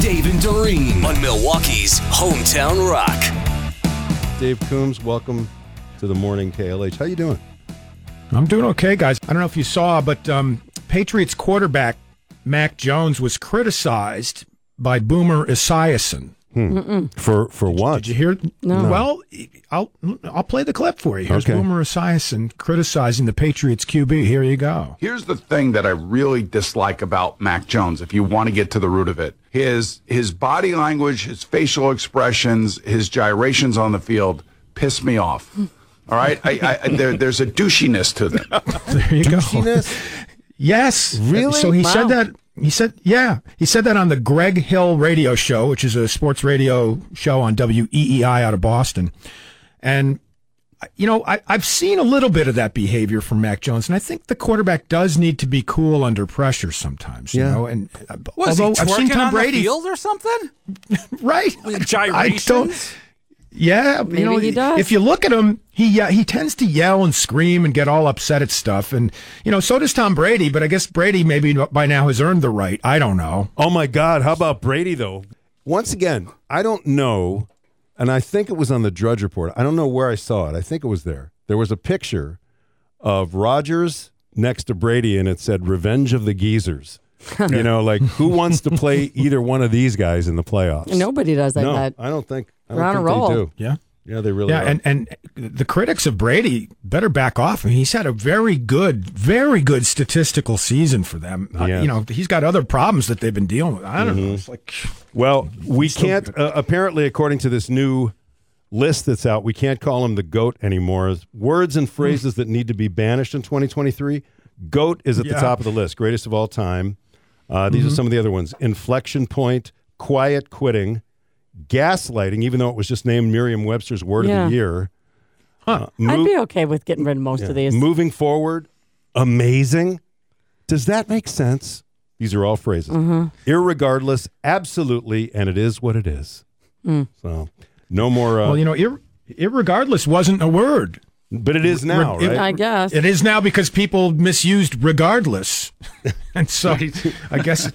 Dave and Doreen on Milwaukee's Hometown Rock. Dave Coombs, welcome to the morning KLH. How you doing? I'm doing okay, guys. I don't know if you saw, but um, Patriots quarterback Mac Jones was criticized by Boomer Esiason. For for what? Did you hear? No. Well, I'll I'll play the clip for you. Here's Okay. Boomer Esiason criticizing the Patriots QB. Here you go. Here's the thing that I really dislike about Mac Jones, if you want to get to the root of it. His his body language, his facial expressions, his gyrations on the field piss me off. All right, I, I, there, there's a douchiness to them. There you go. Yes. Really? So he said that. He said, yeah. He said that on the Greg Hill radio show, which is a sports radio show on WEEI out of Boston. And, you know, I, I've seen a little bit of that behavior from Mac Jones. And I think the quarterback does need to be cool under pressure sometimes, you Yeah. know. And uh, Was although he I've twerking seen Tom on Brady. the field or something? Right. Gyrations? I don't. Yeah, Maybe you know, he does. If you look at him, he yeah, he tends to yell and scream and get all upset at stuff, and you know, so does Tom Brady. But I guess Brady maybe by now has earned the right. I don't know. Oh my God! How about Brady though? Once again, I don't know, and I think it was on the Drudge Report. I don't know where I saw it. I think it was there. There was a picture of Rogers next to Brady, and it said "Revenge of the Geezers." you know, like who wants to play either one of these guys in the playoffs? Nobody does like no, Uh, that. I don't think. I We're don't on think a roll. they do. Yeah, Yeah, they really yeah, are. and and the critics of Brady better back off. I mean, he's had a very good, very good statistical season for them. Uh, Yeah. you know, he's got other problems that they've been dealing with. I don't know. It's like Well, we can't. Uh, apparently, according to this new list that's out, we can't call him the goat anymore. Words and phrases that need to be banished in 2023. Goat is at the Yeah. top of the list, greatest of all time. Uh, these are some of the other ones: inflection point, quiet quitting, gaslighting. Even though it was just named Merriam-Webster's word Yeah. of the year. Uh, I'd mo- be okay with getting rid of most of these. moving forward, amazing. Does that make sense? These are all phrases. Irregardless, absolutely, and it is what it is. So, no more. Uh, well, you know, ir- irregardless wasn't a word. but it is now, it- right? I guess. It is now because people misused regardless. and so I guess it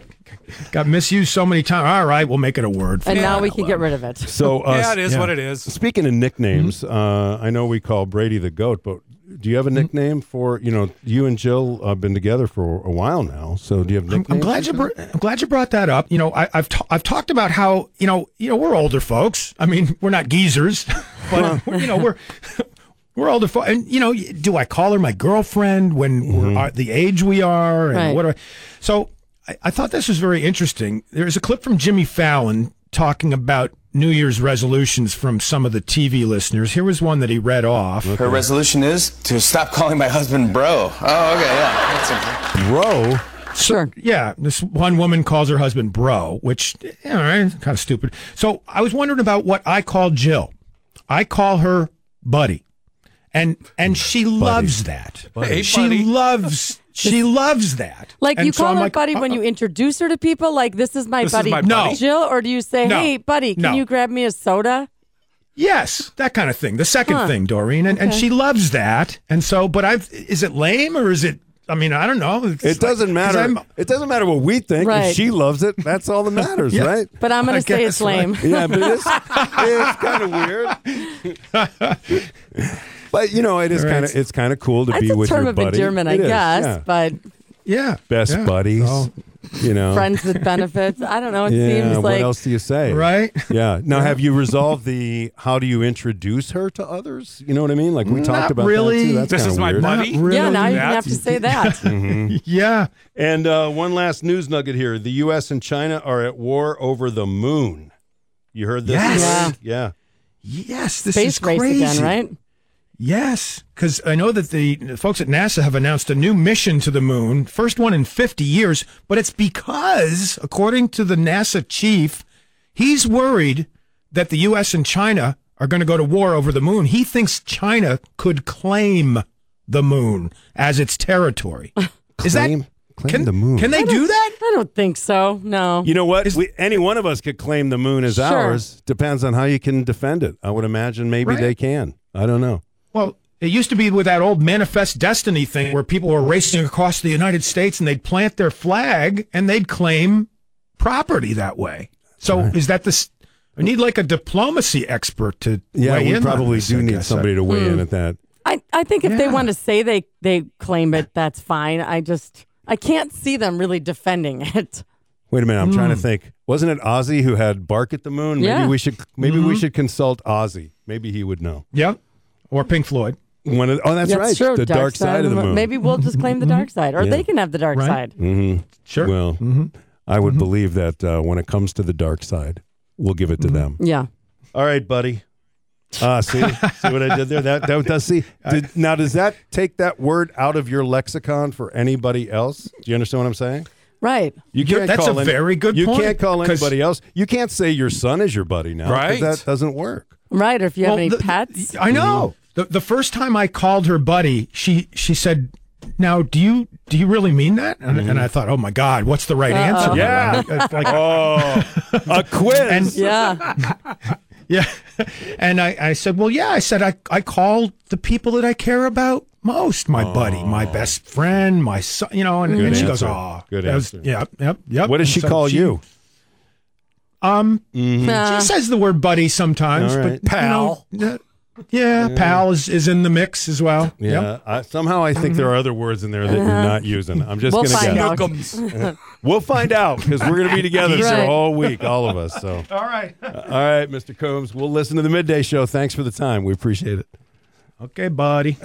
got misused so many times. All right, we'll make it a word. and now we can get rid of it. so, uh, yeah, it is yeah. what it is. speaking of nicknames, Mm-hmm. uh, I know we call Brady the goat, but do you have a nickname for you know you and Jill uh, have been together for a while now? So, do you have I'm, nicknames? I'm glad you br- I'm glad you brought that up. You know, I, I've t- I've talked about how you know you know we're older folks. I mean, we're not geezers, but you know we're we're older folks. And you know, do I call her my girlfriend when we're uh, the age we are? And Right. what do I? So I, I thought this was very interesting. There's a clip from Jimmy Fallon talking about New Year's resolutions from some of the TV listeners. Here was one that he read off. Her resolution is to stop calling my husband bro. Oh, okay, yeah. That's a, Bro, Sure. Yeah, this one woman calls her husband bro, which eh, all right, kind of stupid. So I was wondering about what I call Jill. I call her buddy, and and she loves that. Hey, she buddy. loves she loves that. Like And you so call I'm her like, buddy uh, when you introduce her to people. Like this is my This is buddy, my No. buddy. Jill, or do you say, No. "Hey, buddy, can No. you grab me a soda?" Yes, that kind of thing. The second Huh. thing, Doreen, and, and she loves that. And so, but I've is it lame or is it? I mean, I don't know. It's it like- doesn't 'cause matter. I'm- It doesn't matter what we think. If Right. she loves it, that's all that matters, Yeah. right? But I'm I going to say it's guess, right. lame. Yeah, but it's, it's kind of weird. but you know, it is kind of it's kind of cool to That's be a with term your of buddy. endearment, I It is, guess, yeah. but yeah, Best yeah. Oh. buddies, So, you know. friends with benefits. I don't know. It yeah. seems what like else do you say? right? Yeah. Now, have you resolved the how do you introduce her to others? You know what I mean? Like we talked about that really. too. That's This kinda is my weird. buddy. Not really. yeah. Now you That- have to say that. Yeah. And uh, one last news nugget here: the U.S. and China are at war over the moon. You heard this? Yes. Larry? Yeah. Yes, this Space is race crazy. again, right? Yes, because I know that the the folks at NASA have announced a new mission to the moon, first one in 50 years, but it's because, according to the NASA chief, he's worried that the U.S. and China are going to go to war over the moon. He thinks China could claim the moon as its territory. Is that Claim- claim can, the moon. Can they do that? I don't think so. No. You know what? we, any one of us could claim the moon as Sure. ours. Depends on how you can defend it. I would imagine maybe Right. they can. I don't know. Well, it used to be with that old manifest destiny thing where people were racing across the United States and they'd plant their flag and they'd claim property that way. So is that this? I need like a diplomacy expert to Yeah, weigh in we on probably this, do I need guess. somebody to weigh in at that. I, I think if they Yeah. want to say they, they claim it, that's fine. I just, I can't see them really defending it. Wait a minute, I'm trying to think. Wasn't it Ozzy who had "Bark at the Moon"? Maybe Yeah. we should maybe we should consult Ozzy. Maybe he would know. Yeah, or Pink Floyd. One of, oh, that's, right. true. The dark, side, of the moon. Mm-hmm. Maybe we'll just claim the dark side, or they can have the dark Right. side. Sure. Well, I would believe that uh, when it comes to the dark side, we'll give it to them. Yeah. All right, buddy. Ah, see, see what I did there? That that does see. Did, now, does that take that word out of your lexicon for anybody else? Do you understand what I'm saying? Right. You You're- that's a very good You point, can't call 'cause- anybody else. You can't say your son is your buddy now. 'cause Right. That doesn't work. Right. Or if you have any the- pets. I know. Mm-hmm. The, the first time I called her buddy, she she said, "Now, do you do you really mean that?" And, and I thought, "Oh my God, what's the right answer?" Mm-hmm. Yeah. It's like- Oh, a quiz. and yeah. yeah, and I, I said, "Well, yeah." I said, "I I called the people that I care about most: my buddy, my best friend, my son." You know, and, and she goes, Oh. answer. "Oh, Good that was- answer. Yep, yep, yep. what does And she so call you? Um, Nah. she says the word buddy sometimes, All right. but Pal. You know, yeah, pal is, is in the mix as well. Yeah. Yep. I, somehow I think there are other words in there that you're not using. I'm just Uh-huh. We'll gonna find guess. out. We'll find out because we're going to be together for Right. all week, all of us. So, all All right. right, Mr. Combs, we'll listen to the midday show. Thanks for the time. We appreciate it. Okay, buddy.